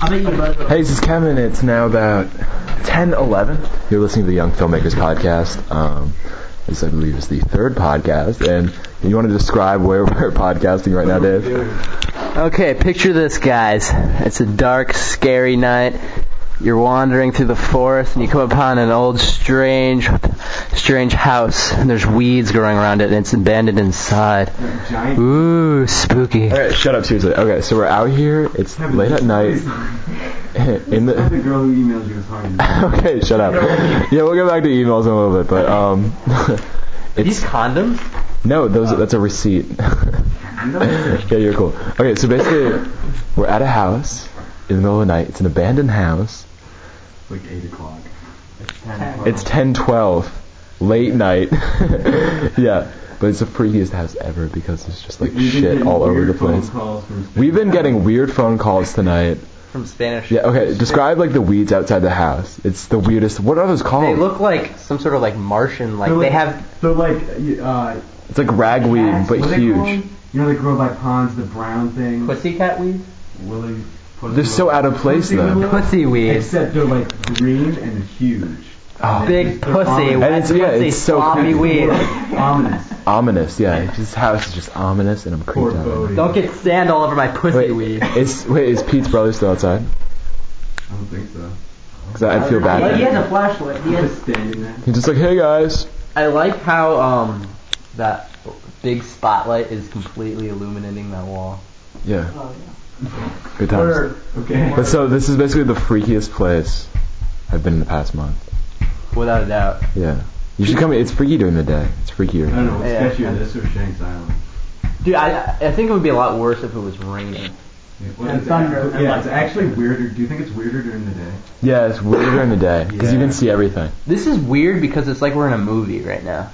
Hey, this is Kevin. It's now about 10, 11. You're listening to the Young Filmmakers Podcast. Um, this, I believe, is the third podcast. And you want to describe where we're podcasting right now, Dave? Okay, picture this, guys. It's a dark, scary night. You're wandering through the forest and you come upon an old, strange, strange house. And there's weeds growing around it and it's abandoned inside. Ooh, spooky. All right, shut up, seriously. Okay, so we're out here. It's late at night. In the The girl who emails you is hard. okay, shut up. Yeah, we'll go back to emails in a little bit, but um, These condoms? no, those that's a receipt. yeah, you're cool. Okay, so basically, we're at a house in the middle of the night. It's an abandoned house. It's like 8 o'clock. It's 10 It's ten twelve, late night. yeah, but it's the freakiest house ever because it's just like shit all over the place. We've been getting weird phone calls tonight. From Spanish. Yeah, okay. Describe like the weeds outside the house. It's the weirdest. What are those called? They look like some sort of like Martian. Like They're they like- have. So like, uh, uh, it's like ragweed, cats, but what are they huge. called? You know they grow by ponds, the brown thing. Pussycat weeds? Willy, pussy They're so willow. out of place, Pussy though. willow? Pussy weeds. Except they're like green and huge. Oh. Big They're pussy. ominous. And it's- wet yeah, pussy, it's so sloppy creepy. weed. Ominous. Ominous, yeah. This house is just ominous, and I'm creeped out. Foreboding. Don't get sand all over my pussy Wait, weed. is wait is Pete's brother still outside? I don't think so. Because I feel Well, he bad. has a flashlight. He has Just standing there. He's just like, hey guys. I like how um that big spotlight is completely illuminating that wall. Yeah, oh, good yeah. times. Word. Okay. But so this is basically the freakiest place I've been in the past month. Without a doubt. Yeah. You should come. It's freaky during the day. It's I don't freakier. know what's Yeah. sketchier, this or Shanks Island. Dude, I I think it would be a lot worse if it was raining. Well, And it's thunder. act- And yeah, like- it's actually weirder. Do you think it's weirder during the day? Yeah, it's weird during the day because you Yeah. can see everything. This is weird because it's like we're in a movie right now.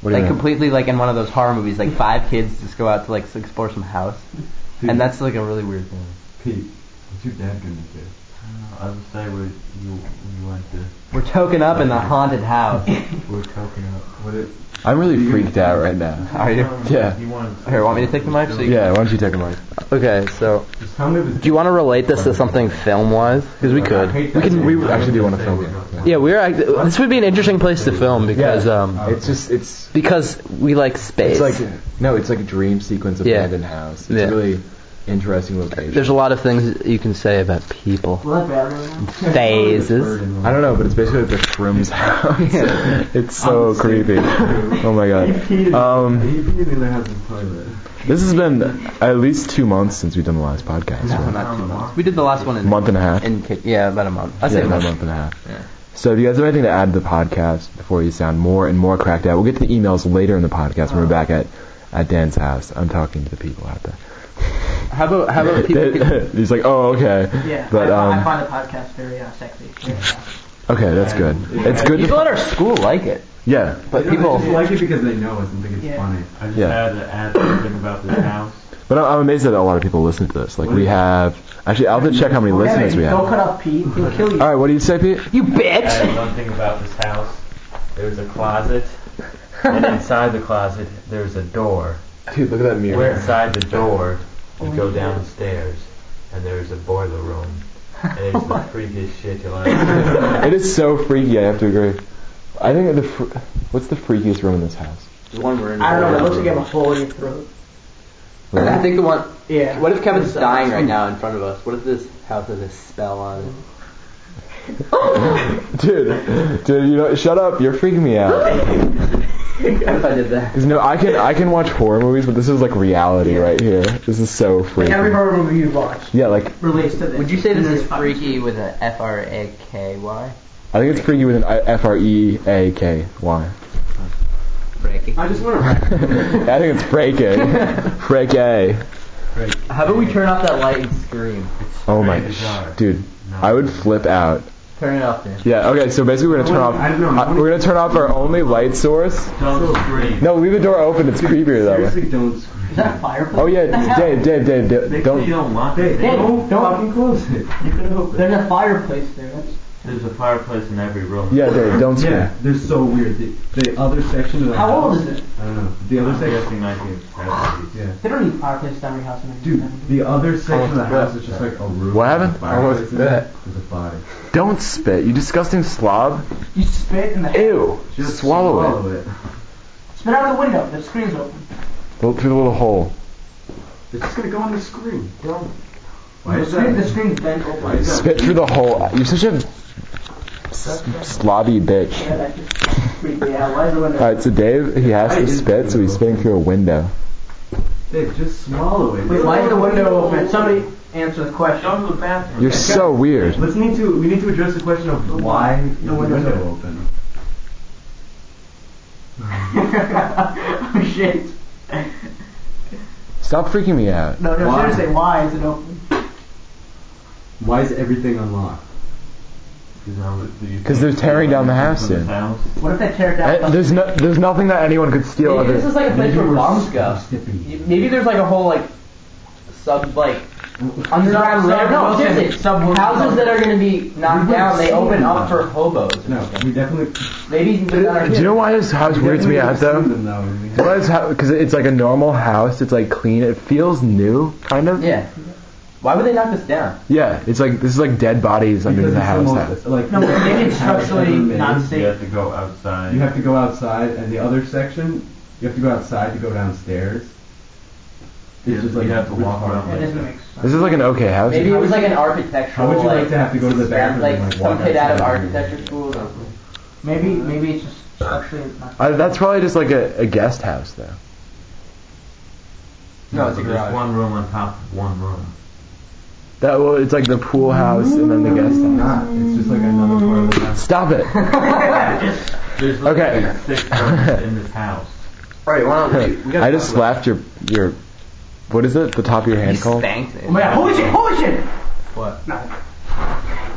What do you like mean? completely like in one of those horror movies, like five kids just go out to like explore some house. Dude, And that's like a really weird thing. Pete. What's your dad gonna do? I would say we you you went to We're token up in the haunted house. we're talking about What it? I'm really freaked out right now. Are you? Yeah. you wanted to Here, want me to take the mic? So you Yeah. Why don't you take a mic? Okay, so Just tell me if it's do you want to relate this to something film-wise? Because we I could. hate We that can. thing. We actually do want to film it. Yeah, we're. act- This would be an interesting place to film because um It's just. It's. because we like space. It's like no, it's like a dream sequence of Yeah. abandoned house. It's Yeah. a really interesting location. There's a lot of things that you can say about people. Well, that bad right now? Phases. I don't know, but it's basically the Shrim's house. it's so creepy. Oh my god. Um, He peed in the husband's toilet. this has been at least two months since we've done the last podcast. right? Not too much. We did the last one in Month and a half. In, Ca- yeah, about a month. I yeah, say about month. a month and a half. Yeah. So if you guys have anything to add to the podcast before you sound more and more cracked out, we'll get to the emails later in the podcast when we're back at, at Dan's house. I'm talking to the people out there. How about how about people? Can, He's like, oh, okay. Yeah. But, I, um, I find the podcast very uh, sexy. Very, uh, Okay, that's good. It's good. people To, at our school like it, yeah. but You know, people. they just like it because they know us and think it's Yeah. funny. I just Yeah. had to add something about this house. But I'm, I'm amazed that a lot of people listen to this. Like we have, actually, I'll have to check how many listeners we Kevin, have. Don't All cut off Pete. He'll kill you. right, what do you say, Pete? You I bitch. had one thing about this house. There was a closet, and inside the closet there was a door. Dude, look at that We're inside the door. You Oh, go downstairs, and there was a boiler room. And it was the freakiest shit you'll ever. It is so freaky. I have to agree. I think the fr- what's the freakiest room in this house? The one we're in. I don't know. It looks like you have a hole in your throat. I think the one. Yeah. What if Kevin's uh, dying right now in front of us? What if this house has a spell on it? Dude, dude, you know, shut up. You're freaking me out. What if I did that? 'Cause, no, I can I can watch horror movies, but this is like reality right here. This is so Like freaky. every horror movie you watch Yeah, like relates to this. Would you say this And is there's fucking- freaky with an F R A K Y? I think it's freaky with an I- F R E A K Y. Freaky. I just want to. I think it's freaking. Freaky. How about we turn off that light and scream? Oh my, Very bizarre. dude, I would flip out. Turn it off, then. Yeah. Okay. So basically, we're gonna turn off. I don't know. uh, we're gonna turn off our only light source. Don't scream. No, leave the door open. It's creepier that way. Seriously, don't scream. Is that a fireplace? Oh yeah, Dave, Dave, Dave, Dave They say you don't. don't want Hey, it. Hey, don't, don't- fucking close it. You can open. There's a fireplace there. That's There's a fireplace in every room. Yeah, Dave, don't scream. Yeah, they're so weird. The, the other section of the How old house. is it? I don't know. The other I'm guessing section. 1970s. Yeah. They don't need fireplaces down your house. in Dude, 1970s. the other section of the Almost house is just like a roof. with What a happened? fireplace Almost in it. that. There's a body. Don't spit, you disgusting slob. you spit in the Ew. Just swallow, it. swallow it. Spit out of the window. The screen's open. Go through the little hole. It's just gonna go on the screen. Don't. Why The is screen, the that? screen's bent open. Why is that? Spit through the hole. You're such a s- slobby bitch. Yeah, that just freaked me out. Why is the window? Alright, so Dave, he has to spit, so he's spitting through a window. Dave, just swallow it. Wait, why is the window open? Somebody answer the question. Go to the bathroom. You're so weird. Let's need to. We need to address the question of why is the window's window open. oh shit. Stop freaking me out. No, no, Why? seriously, why is it open? Why is everything unlocked? Because 'Cause they're tearing down the house soon. What if they tear it down? Eh, There's no, there's nothing that anyone could steal. Maybe this Other. is like a place where we're bombs go. snippy. Maybe there's like a whole like sub like underground Sub- layer. No, sub- seriously, sub- houses that are gonna be knocked We've down. They seen open that. up for hobos. or No, something. we definitely. Maybe there's not Do you know why this house we weirds me definitely out have though? seen them, though, and we have- Because it's like a normal house. It's like clean. It feels new, kind of. Yeah. Why would they knock this down? Yeah, It's like this is like dead bodies under Because the it's house. almost- Like, No, maybe it's house structurally ever made. not safe. You have to go outside. You have to go outside, and the other section, you have to go outside to go downstairs. You have- you have to walk around That like doesn't that. make sense. This is like an okay house. Maybe it was like an How architectural. would you like to have to go to the experiment, bathroom and, Like like, walk some kid out of outside? architecture school or something. Maybe, maybe it's just structurally not. I, that's probably just like a, a guest house though. No, it's a But garage. There's one room on top of one room. That well, it's like the pool house and then the guest house. Not. Ah, It's just like another part of the house. Stop it. There's Okay. like six rooms in this house. Alright, why I just slapped your your. What is it? The top of your hand called? spanked it. Oh my god, holy shit, holy shit! What?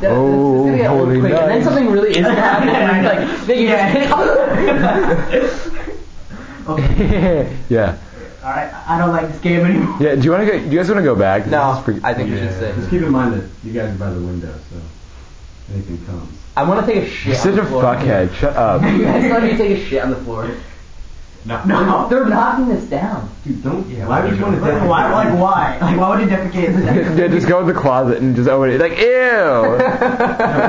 Oh, holy quick. And then night. something really is happening. like, they yeah. Alright, I don't like this game anymore. Yeah. Do you want to go? Do you guys want to go back? This No, is pretty- I think we Yeah. should sit. Just keep in mind that you guys are by the window, so anything comes. I want to take a shit. You're on such the a floor. fuckhead. Shut up. You guys let me take a shit on the floor. No. They're knocking this down. Dude, don't. Yeah, why well, would you they're want to? gonna- death? Why, like, why? Like, why would you defecate in that? yeah, just go in the closet and just open it. Like ew. No,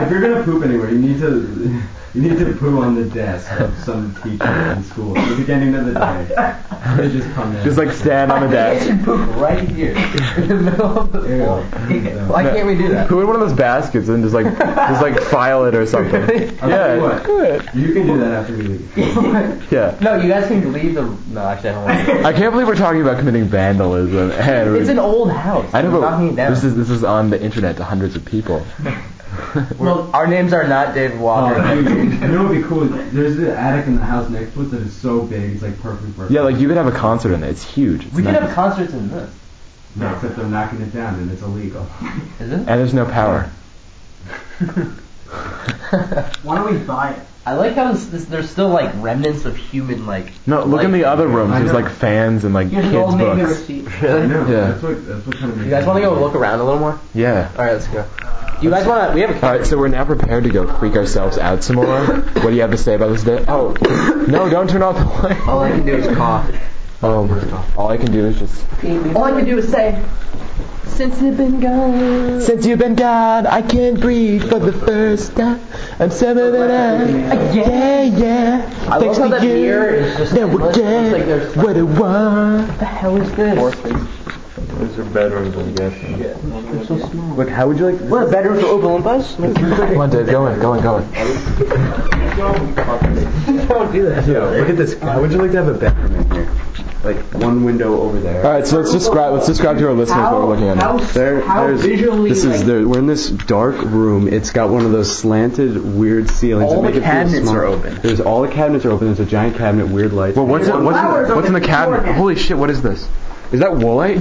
if you're gonna poop anywhere, you need to you need to poo on the desk of some teacher in school at the beginning of the day. They just come in. just like stand on the I desk. should poop right here in the middle of the Ew. floor. No. Why can't we do that? Put in one of those baskets and just like just like file it or something. I'll tell you Yeah. what, Good. You can do that after we leave. Yeah. No, you guys can leave the. No, actually, I don't want to. I can't believe we're talking about committing vandalism. And It's an old house. I know, We're but knocking it down. this is this is on the internet to hundreds of people. Well, our names are not David Walker. Oh, dude, you know what would be cool? is There's an attic in the house next to us that is so big, it's like perfect for Yeah, like you could have a concert in it. It's huge. It's we could nice. have concerts in this. No, except they're knocking it down and it's illegal. Is it? and there's no power. Why don't we buy it? I like how this, this, there's still like remnants of human like. No, look in life. the other rooms. I There's know. like fans and like Here's an kids old Navy books. receipt. I Really? know. Yeah. That's what that's what kind of. You guys want to go look around a little more? Yeah. All right, let's go. You guys want to? We have a All right, so we're now prepared to go freak ourselves out some more. What do you have to say about this day? Oh, no, don't turn off the light. All I can do is cough. Um, all I can do is just. All I can do is say, since you've been gone, Since you've been gone, I can't breathe for the first time. I'm summer that I. Yeah, yeah. I love Thanks how to that you, mirror is just now we endless. It's like get there's what I want. the hell is this? Those are bedrooms, I'm guessing. Look, how would you like? What bedrooms are open with us? Come on, Dave, go in, go in, go in. Don't do that. Yo, look at this. How would you like to have a bathroom in here? Like one window over there. All right, so let's describe. Let's describe to our listeners what we're looking at. how, Now. There- how there's- visually This is like, the, we're in this dark room. It's got one of those slanted, weird ceilings. All that make the it feel cabinets small. are open. There's all the cabinets are open. There's a giant cabinet, weird lights. Well, what's it, what's flowers it, on what's in the the cabinet? doormat. Holy shit! What is this? Is that woolite?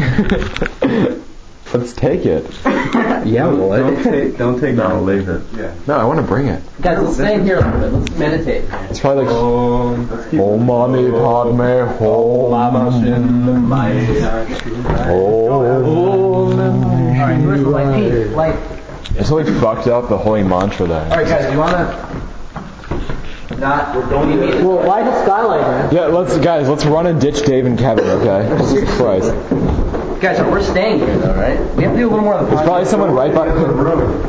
Let's take it. yeah, what? Don't take, don't take No, leave it. Yeah. No, I want to bring it. Guys, let's stay in here a little bit. Let's meditate. It's probably like. Um, Oh, mommy, pardon me. Oh, My, Oh, Alright, where's the light? Hey, light. It's totally fucked up the whole mantra there. Alright, guys, you wanna. Not, we're going to be. Well, why the skylight, man? Yeah, let's guys, let's run and ditch Dave and Kevin, okay? Jesus Christ. Guys, we're staying here though, right? We have to do a little more of the There's podcast. probably someone right behind.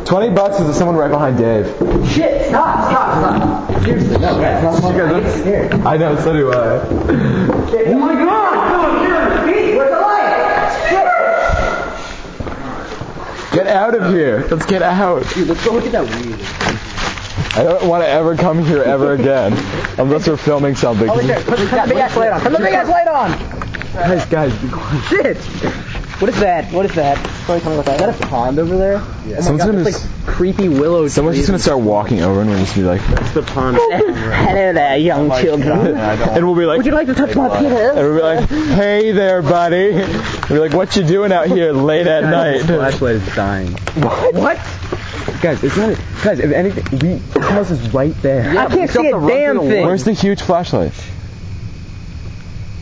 Twenty bucks is someone right behind Dave. Shit, stop, stop, stop. Seriously, no, guys. Not You guys are- scared. I know, so do I. Oh my god! Pete, where's the light? Shit! Get out of here. Let's get out. Dude, let's go look at that weed. I don't want to ever come here ever again, unless we're filming something. Put the big ass light on. Put the big ass light on. Guys, guys, be quiet. Shit. What is that? What is that? Somebody tell me what that is. that a pond over there? Yeah. Someone's gonna s- creepy willow someone's just gonna start walking over and we'll just be like, Hello there, uh, young children. and we'll be like, like to touch my penis? and we'll be like, hey there, buddy. And we're like, what you doing out here late at night? flashlight is dying. What? Guys, it's not. Guys, if anything, we the house is right there. I can't see a damn thing. Where's the huge flashlight?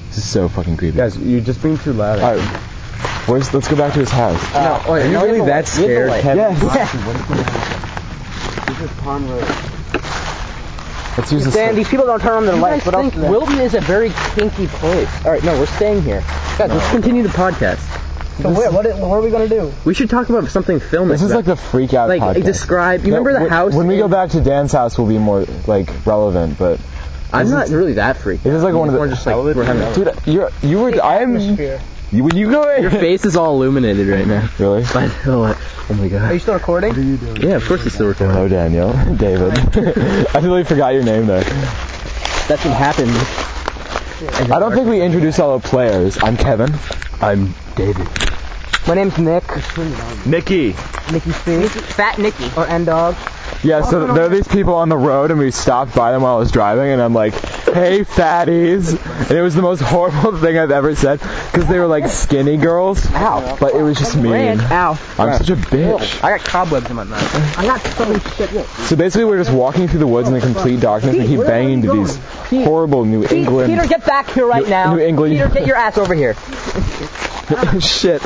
This is so fucking creepy. Guys, you're just being too loud. All right, where's? Let's go back to his house. no, oh, Are you really that scared, Kevin? Let's use this. Dan, these people don't turn on their lights. What else? think Wilton is a very kinky place. All right, no, we're staying here. Guys, let's continue the podcast. So where, what, what are we gonna do? We should talk about something filmic. This is like the freak out like podcast. describe. You remember the when, house? When we go in- back to Dan's house, we'll be more like relevant. But I'm not really that freaky. this is like one of the. More just like we're having. dude, you're you were I'm. You, when you go in. Your face is all illuminated right now. really? But oh, oh my god. Are you still recording? Yeah, of course it's still recording. Hello, Daniel. David. I totally forgot your name there. That's what happened. I don't think we introduced all the players. I'm Kevin. I'm David. My name's Nick. Nikki. Nicky C. Fat Nicky. Or N Dog. Yeah, so there are these people on the road, and we stopped by them while I was driving, and I'm like, "Hey, fatties!" And it was the most horrible thing I've ever said because they were like skinny girls. Ow! But it was just mean. Ow. I'm such a bitch. I got cobwebs in my mouth. So basically, we're just walking through the woods in the complete darkness, and we keep banging into these horrible New England. Peter, get back here right New- now. New England. Peter, get your ass over here. Shit.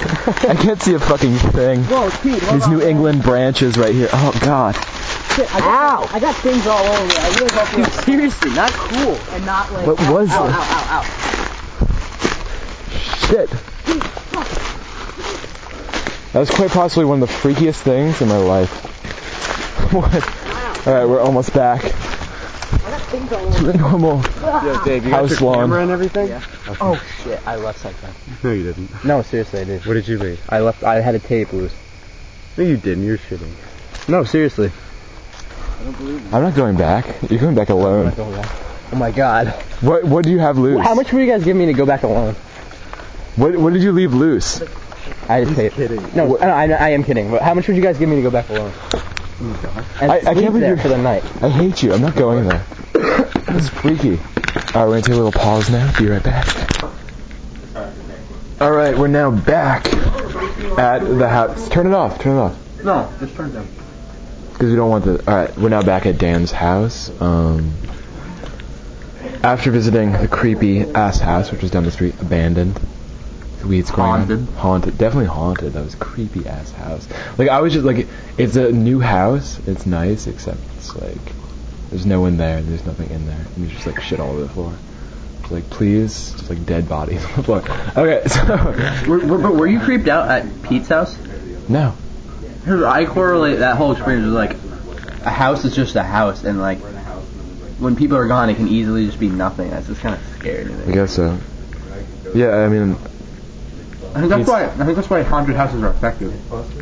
I can't see a fucking thing. These New England branches right here. Oh god. Ow. I got things all over. me. I really hope you Seriously, not cool. and not like. What was ow, ow, it? ow, ow. Shit. That was quite possibly one of the freakiest things in my life. what? Alright, we're almost back to the normal Dave, you house lawn. and everything? Oh shit, I left something. No, you didn't. No, seriously, I did. What did you leave? I left. I had a tape loose. No, you didn't. You're shitting. No, seriously. I'm not going back. You're going back alone. Oh my god. What what do you have loose? How much were you guys giving me to go back alone? What what did you leave loose? I had a tape. No, I, I, I am kidding. But how much would you guys give me to go back alone? And I- I can't sleep believe there you're- for the night. I hate you. I'm not going there. It's freaky. Alright, we're gonna take a little pause now. Be right back. Alright, we're now back at the house. Turn it off. Turn it off. No, just turn them. Because we don't want the. Alright, we're now back at Dan's house. Um, after visiting the creepy ass house, which was down the street, abandoned. The weeds growing. on- Haunted. Haunted. Definitely haunted. That was a creepy ass house. Like, I was just like, it's a new house. It's nice, except it's like, there's no one there. There's nothing in there. And there's just like shit all over the floor. It's like, please, just like dead bodies on the floor. Okay, so. Were, were, but were you creeped out at Pete's house? no. Because I correlate that whole experience with like a house is just a house, and like when people are gone, it can easily just be nothing. That's just kind of scary to I me. guess so. Yeah, I mean, I think that's why I think that's why haunted houses are effective.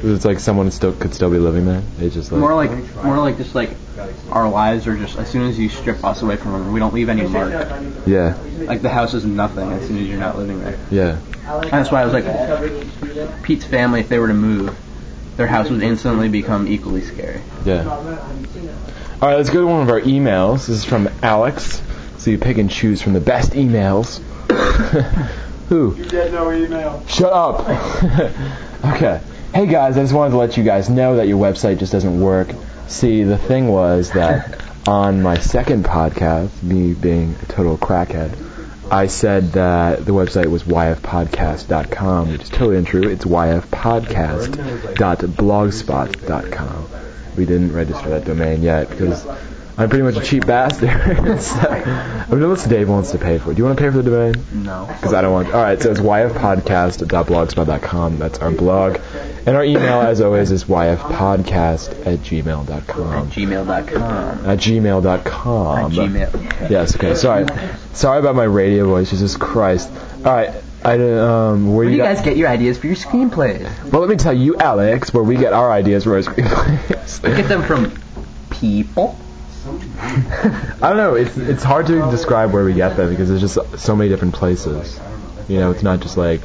it's like someone still could still be living there. They just like. More like more like just like our lives are just as soon as you strip us away from them, we don't leave any mark. Yeah, Like the house is nothing as soon as you're not living there. yeah. And that's why I was like, Pete's family, if they were to move, their house would instantly become equally scary. Yeah. All right, let's go to one of our emails. This is from Alex. So you pick and choose from the best emails. Who? You get no email. Shut up. okay. Hey guys, I just wanted to let you guys know that your website just doesn't work. See, the thing was that on my second podcast, me being a total crackhead, I said that the website was yfpodcast.com, which is totally untrue. It's yfpodcast.blogspot.com. We didn't register that domain yet because I'm pretty much a cheap bastard. so, I mean, unless Dave wants to pay for it. Do you want to pay for the domain? No. Because I don't want. All right, so it's yfpodcast.blogspot.com. That's our blog. And our email, as always, is yfpodcast at gmail.com. Gmail.com. At gmail.com. Gmail. Yes, okay, sorry. Sorry about my radio voice, Jesus Christ. All right, I, don't- um, where, Where do you got- guys get your ideas for your screenplays? Well, let me tell you, Alex, where we get our ideas for our screenplays. Get them from people. I don't know. It's it's hard to describe where we get them because there's just so many different places. You know, it's not just like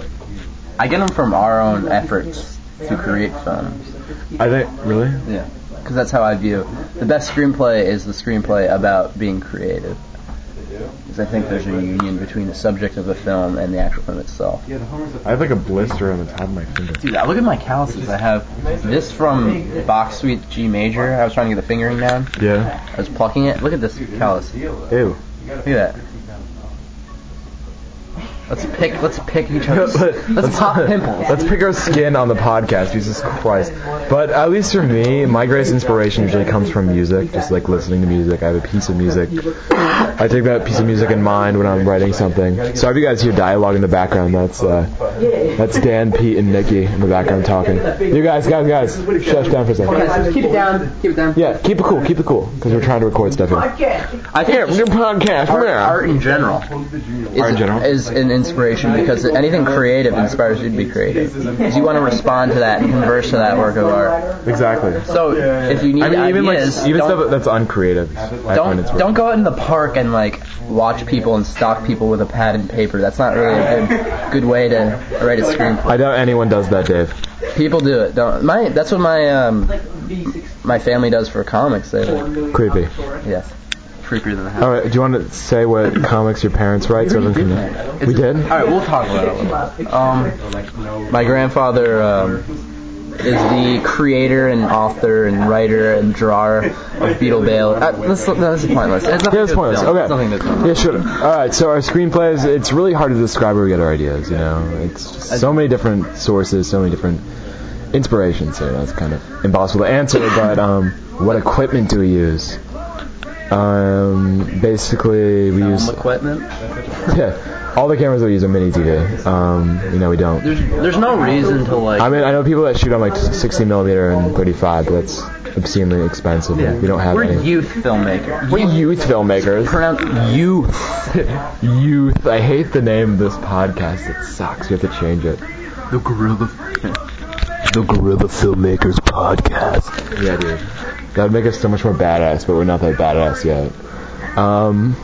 I get them from our own efforts to create films. I think really. Yeah. Because that's how I view the best screenplay is the screenplay about being creative. Because I think there's a union between the subject of the film and the actual film itself. I have like a blister on the top of my finger. Dude, I look at my calluses. I have this from Box Suite G major. I was trying to get the fingering down. Yeah. I was plucking it. Look at this callus. Ew. Look at that. Let's pick. Let's pick each other's. Let's pop pimples. Let's pick our skin on the podcast, Jesus Christ. But at least for me, my greatest inspiration usually comes from music, just like listening to music. I have a piece of music. I take that piece of music in mind when I'm writing something. Sorry if you guys hear dialogue in the background. That's uh, that's Dan, Pete, and Nikki in the background talking. You guys, guys, guys, shush down for a second. keep it down. Keep it down. Yeah, keep it cool, keep it cool, because we're trying to record stuff here. I Here, think we're doing podcast. Come art, here. art in general is, Art in general? is an inspiration because anything creative inspires you to be creative. Because you want to respond to that and converse to that work of art. Exactly. So if you need I mean, even like ideas, even don't, stuff that's uncreative. I find don't it's weird. don't go out in the park and like watch people and stalk people with a pad and paper. That's not really a good, good way to write a screenplay. I doubt anyone does that, Dave. People do it. Don't my that's what my um my family does for comics. They like, Creepy. yes, creepier than that. All right. Do you want to say what comics your parents write? So we can connect? We did. All right, we'll talk about it. a little bit. Um, my grandfather um, is the creator and author and writer and drawer of Beetle Bale. Uh, that's, no, that's pointless. Yeah, It's nothing it's to do with pointless. film. Okay. It's nothing to do with film. Yeah, sure. All right. So our screenplays. It's really hard to describe where we get our ideas. You know, it's just so many different sources, so many different inspirations. So that's kind of impossible to answer. But um, what equipment do we use? Um, basically, we use Film equipment. yeah, all the cameras that we use are mini TV. Um, you know, we don't. There's there's no reason to like. I mean, I know people that shoot on like 60 millimeter and 35, but that's obscenely expensive. We don't have we're any. youth filmmakers. We're youth filmmakers. Pronounce youth. youth. I hate the name of this podcast. It sucks. We have to change it. The gorilla. The Gorilla Filmmakers Podcast. Yeah, dude. That would make us so much more badass, but we're not that badass yet. Um.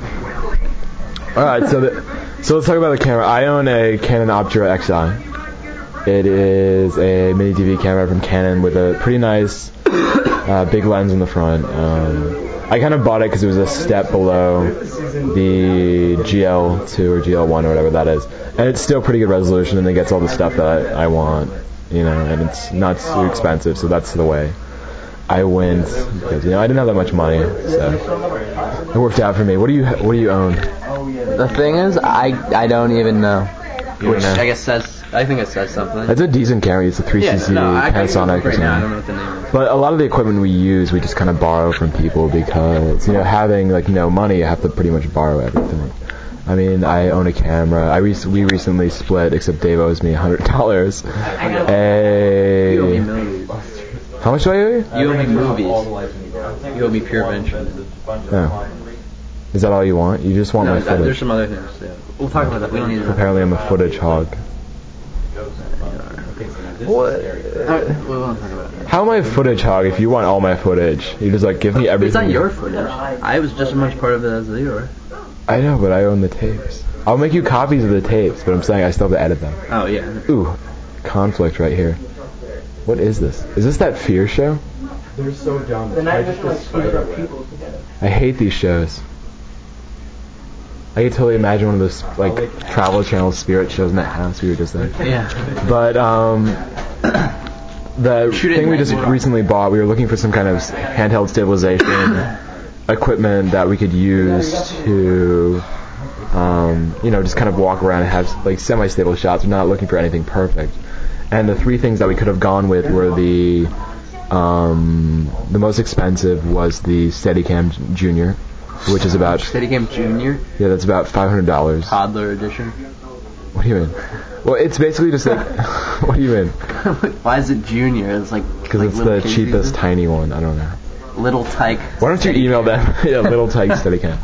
All right, so the, so let's talk about the camera. I own a Canon Optera Xi. It is a mini DV camera from Canon with a pretty nice uh, big lens in the front. Um, I kind of bought it because it was a step below the GL2 or GL1 or whatever that is, and it's still pretty good resolution and it gets all the stuff that I, I want, you know, and it's not too expensive, so that's the way I went because you know I didn't have that much money, so it worked out for me. What do you what do you own? The thing is, I I don't even know. You Which don't know. I guess says I think it says something. That's a decent camera. It's a 3cc no, I can't even Panasonic or look right something. now. I don't know what the name is. But a lot of the equipment we use, we just kind of borrow from people because you know, having like no money, you have to pretty much borrow everything. I mean, I own a camera. I rec- we recently split, except Dave owes me hundred dollars. Hey, how much do I owe you? You owe me movies. You owe me pure vengeance. Oh. Is that all you want? You just want No, my that, footage? there's some other things. Yeah. We'll talk about that. We don't need to. Apparently, I'm a footage hog. we won't talk about that. How am I a footage hog if you want all my footage? You just like give me everything. It's not your footage. I was just as much part of it as you were. I know, but I own the tapes. I'll make you copies of the tapes, but I'm saying I still have to edit them. Oh yeah. Ooh, conflict right here. What is this? Is this that fear show? They're so dumb. The night just a spider web. I hate these shows. I could totally imagine one of those like Travel Channel spirit shows in that house we were just in. Yeah. But um, the Shoot it thing we in just that recently bought, we were looking for some kind of handheld stabilization equipment that we could use to um, you know, just kind of walk around and have like semi-stable shots. We're not looking for anything perfect. And the three things that we could have gone with were the um, the most expensive was the Steadicam Junior, which is about Steadicam Junior, yeah, that's about five hundred dollars. toddler edition. What do you mean? Well, it's basically just like what do you mean? Why is it Junior? It's like Because like it's little the kid cheapest, uses tiny one. I don't know. it. little tyke. Why don't you email them? yeah, little tyke Steadicam.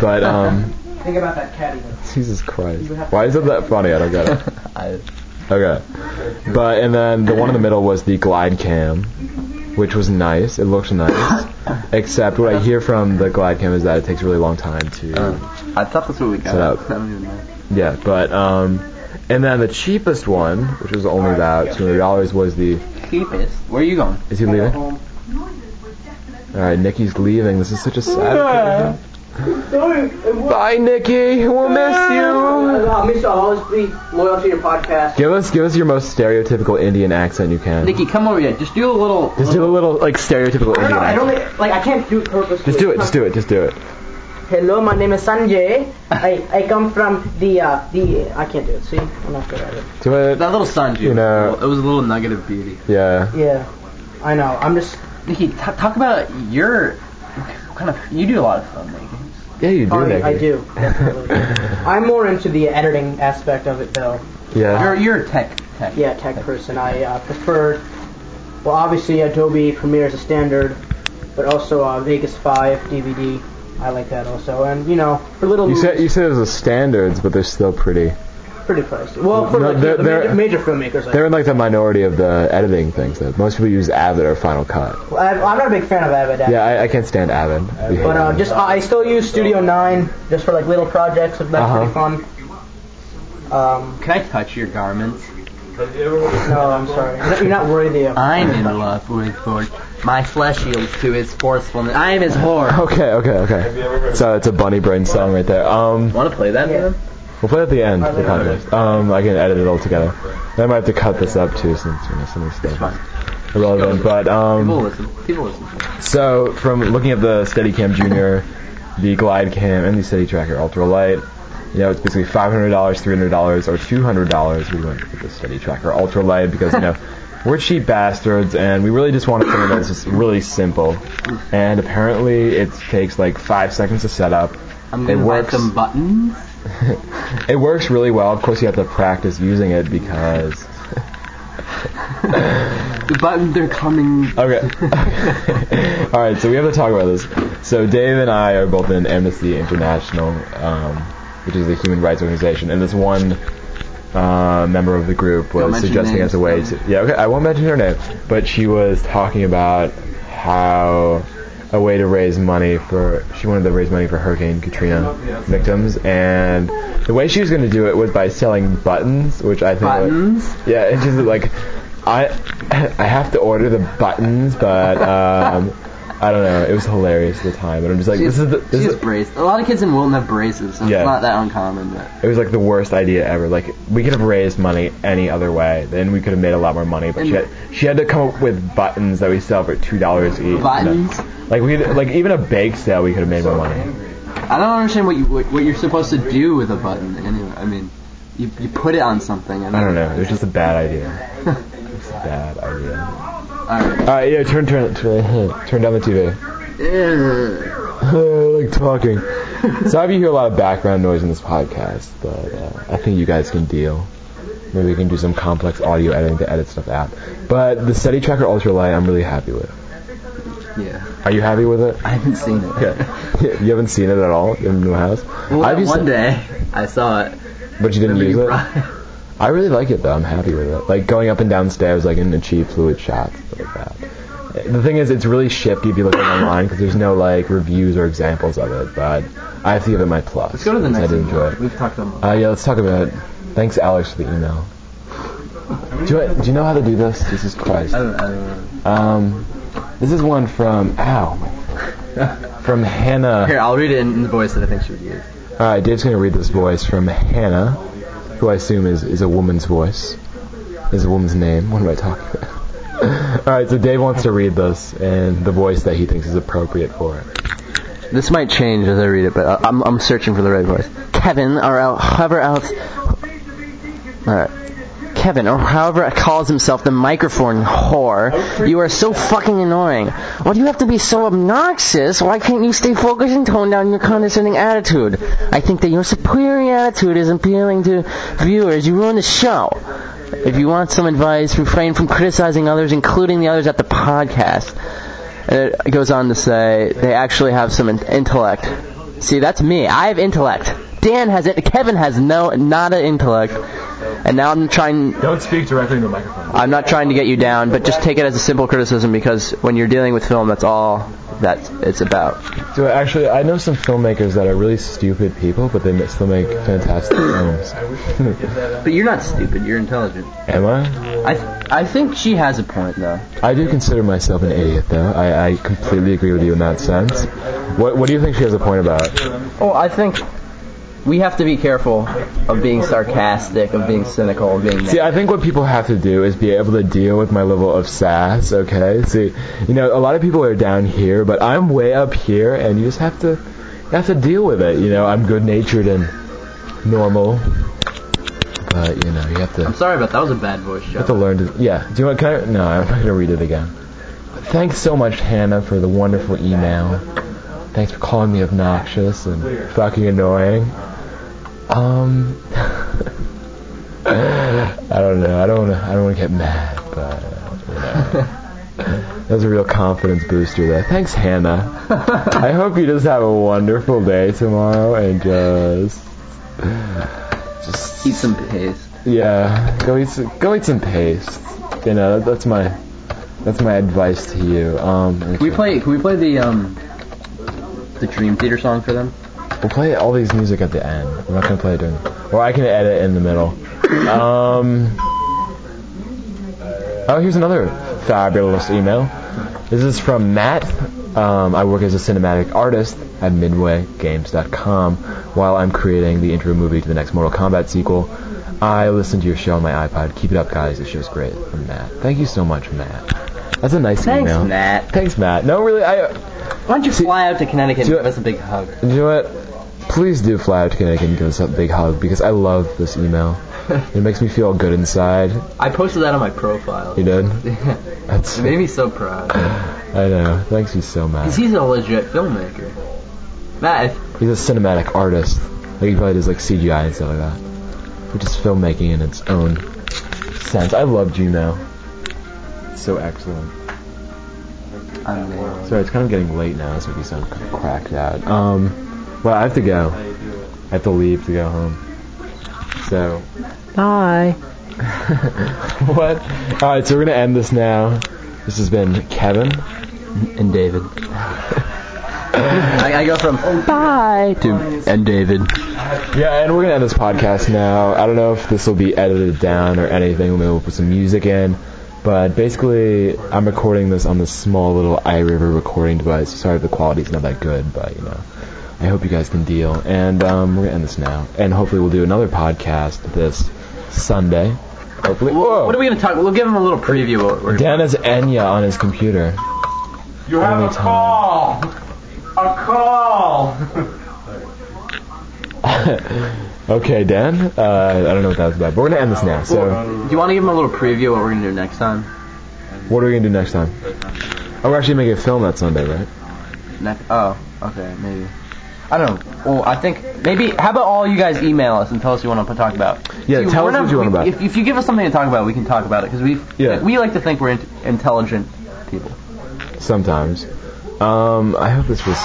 But um, Think about that caddy. Jesus Christ. Why is it that funny? I don't get it. Okay. But and then the one in the middle was the glide cam, which was nice. It looked nice. Except what I hear from the glide cam is that it takes a really long time to uh, I thought that's what we got. Set up. I don't even know. Yeah, but um and then the cheapest one, which was only about two hundred dollars, was the Cheapest. Where are you going? is he leaving? All right, Nikki's leaving. This is such a sad. occasion. Bye, Nikki. We'll miss you. Uh, Mr. Hollis, be loyal to your podcast. Give us, give us your most stereotypical Indian accent you can. Nikki, come over here. Just do a little. Just do a little like stereotypical I Indian don't know. I don't accent. think, like I can't do it purposely. Just do it. Just do it. Just do it. Hello, my name is Sanjay. I, I come from the uh, the I can't do it. See, I'm not good at it. Do it. that little Sanju. You know- it was a little nugget of beauty. Yeah. Yeah, I know. I'm just Nikki, t- talk about your what kind of. You do a lot of filmmaking. Yeah, you do, Oh, Nikki. I do. Definitely. I'm more into the editing aspect of it, though. Yeah. You're you're a tech tech. Yeah, tech person. I uh, prefer. Well, obviously Adobe Premiere is a standard, but also uh, Vegas 5 DVD. I like that also, and you know, for little You said movies, you said it was the standards, but they're still pretty. pretty pricey. Well, for No, like, they're- the they're- major, major filmmakers, They're I, in like the minority of the editing things. Though. Most people use Avid or Final Cut. I'm I'm not a big fan of Avid. actually. Yeah, I, I can't stand Avid. We hate But uh, Avid. just I still use Studio 9 just for like little projects. If Uh-huh. that's pretty fun. Um, Can I touch your garments? Have you ever no, I'm sorry. You're not- You're not worthy of. I'm in love with Thor. My flesh yields to his forcefulness. I am his whore. okay, okay, okay. Have you ever heard? So it's a bunny brain song right there. Um, Want to play that? Yeah. we'll play it at the end of the podcast. Um, I can edit it all together. I might have to cut this up too, since you know some of this fine. stuff is irrelevant. But um, People listen. People listen. So, from looking at the Steadicam Junior, the Glide Cam, and the Steady Tracker Ultralight, you know, it's basically $500, $300, or $200 we went with the Steady Tracker Ultralight because, you know, we're cheap bastards and we really just want something that's just really simple. And apparently it takes like five seconds to set up. I'm It gonna buy works. some buttons. It works really well. Of course, you have to practice using it because. The buttons are coming. Okay. All right, so we have to talk about this. So Dave and I are both in Amnesty International, um, which is a human rights organization, and this one uh, member of the group Don't was mention suggesting names, as a way don't. to. Yeah, okay, I won't mention her name, but she was talking about how a way to raise money for she wanted to raise money for Hurricane Katrina victims, and the way she was going to do it was by selling buttons, which I think Buttons? yeah, and she's like, I I have to order the buttons, but um, I don't know. It was hilarious at the time, but I'm just like, this is the, this She's is, braced. A lot of kids in Wilton have braces, so Yeah. it's not that uncommon. But it was like the worst idea ever. Like we could have raised money any other way, then we could have made a lot more money. But she had, And- she had to come up with buttons that we sell for two dollars each. you know. buttons. Like we could, like even a bake sale, we could have made more money. I don't understand what you what, what you're supposed to do with a button. Anyway, I mean, you, you put it on something. And I don't know. It was just a bad idea. It's a bad idea. All right. All right, yeah. Turn turn turn, turn down the TV. Ew. I like talking. so if you hear a lot of background noise in this podcast, but uh, I think you guys can deal. Maybe we can do some complex audio editing to edit stuff out. But the Steady Tracker Ultralight, I'm really happy with. Yeah. Are you happy with it? I haven't seen it. Okay. you haven't seen it at all in the new house. Well, I've used one it, day I saw it. but you didn't Remember use you it. brought it. I really like it though. I'm happy with it. Like going up and downstairs, like in the cheap fluid shots, stuff like that. The thing is, it's really shifty if you look at it online because there's no like reviews or examples of it. But I have to give it my plus. Let's go to the because next. I did enjoy it. one. We've talked about. Uh, yeah, let's talk about. Thanks, Alex, for the email. Do, I, do you know how to do this? Jesus Christ. I don't, I don't know. Um, this is one from ow, my- from Hannah. Here, I'll read it in, in the voice that I think she would use. All right, Dave's gonna read this voice from Hannah, who I assume is is a woman's voice. Is a woman's name. What am I talking about? All right, so Dave wants to read this and the voice that he thinks is appropriate for it. This might change as I read it, but I, I'm I'm searching for the right voice. Kevin or el- however else. All right. Kevin, or however it calls himself, the microphone whore. You are so fucking annoying. Why do you have to be so obnoxious? Why can't you stay focused and tone down your condescending attitude? I think that your superior attitude is appealing to viewers. You ruin the show. If you want some advice, refrain from criticizing others, including the others at the podcast. And it goes on to say they actually have some in- intellect. See, that's me. I have intellect. Dan has it. Kevin has no, not an intellect. And now I'm trying. Don't speak directly into the microphone. I'm not trying to get you down, but just take it as a simple criticism because when you're dealing with film, that's all that it's about. So actually, I know some filmmakers that are really stupid people, but they still make fantastic films. But you're not stupid. You're intelligent. Am I? I th- I think she has a point though. I do consider myself an idiot, though. I, I completely agree with you in that sense. What What do you think she has a point about? Oh, I think we have to be careful of being sarcastic, of being cynical, of being. See, I think what people have to do is be able to deal with my level of sass, okay? See, you know, a lot of people are down here, but I'm way up here, and you just have to you have to deal with it. You know, I'm good-natured and normal, but you know, you have to I'm sorry, but that was a bad voice have to job. learn to. Yeah. Do you want? Can I? No, I'm not gonna read it again. Thanks so much, Hannah, for the wonderful email. Thanks for calling me obnoxious and fucking annoying. Um, I don't know. I don't. wanna- I don't want to get mad, but you know. That was a real confidence booster there. Thanks, Hannah. I hope you just have a wonderful day tomorrow and just just Eat some paste. yeah, go eat some, go eat some paste. You know, that, that's my that's my advice to you. Um, Can we play? Can we play the um the Dream Theater song for them? We'll play all these music at the end. We're not gonna play it during, or I can edit in the middle. Um. Oh, here's another fabulous email. This is from Matt. Um, I work as a cinematic artist at MidwayGames.com while I'm creating the intro movie to the next Mortal Kombat sequel. I listen to your show on my iPod. Keep it up, guys. The show's great. From Matt. Thank you so much, Matt. That's a nice Thanks, email. Matt. Thanks, Matt. No, really, I. Why don't you fly out to Connecticut Do and it. give us a big hug? You know what? Please do fly out to Connecticut and give us a big hug because I love this email. it makes me feel good inside. I posted that on my profile. You did? it That's. made me so proud. I know. Thanks you so Cause much. he's a legit filmmaker. Matt, if, He's a cinematic artist. Like he probably does like CGI and stuff like that, which is filmmaking in its own sense. I love Gmail. It's so excellent. I'm Sorry, it's kind of getting late now, so we sound kind of cracked out. Um, well, I have to go. I have to leave to go home. So. Bye. What? All right, so we're gonna end this now. This has been Kevin. and David. I, I go from Bye. to and David. Yeah, and we're gonna end this podcast now. I don't know if this will be edited down or anything. Maybe we'll put some music in. But basically, I'm recording this on this small little iRiver recording device. Sorry if the quality's not that good, but you know, I hope you guys can deal. And um, we're gonna end this now. And hopefully, we'll do another podcast this Sunday. Hopefully. Whoa. What are we gonna talk? We'll give him a little preview. Of what we're Dan has Enya on his computer. You have Only a time. call. A call. Okay, Dan. Uh, I don't know what that was about, but we're gonna end this now. So, Do you want to give him a little preview of what we're gonna do next time? what are we gonna do next time? Oh, we're actually making a film that Sunday, right? Next? Oh, okay, maybe. I don't know. Well, I think maybe. How about all you guys email us and tell us what you want to talk about? Yeah, See, tell we're us what you want we- about. If, if you give us something to talk about, we can talk about it because we Yeah. we like to think we're in, intelligent people. Sometimes. Um, I hope this was.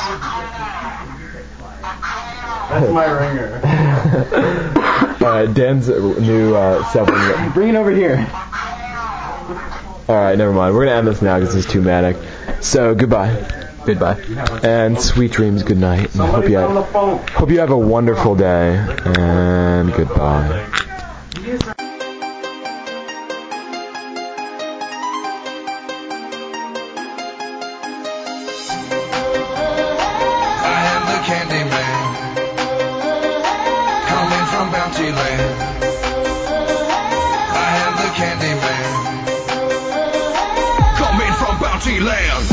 That's my ringer. Uh, Dan's new uh, seven. Bring it over here. All right, never mind. We're gonna end this now because it's too manic. So goodbye. Goodbye. And sweet dreams. Good night. And I hope you have, phone. hope you have a wonderful day. And goodbye. I am the candy man Coming from Bounty Land I am the candy man Coming from Bounty Land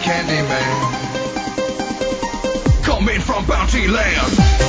Candyman. Coming from Bounty Land.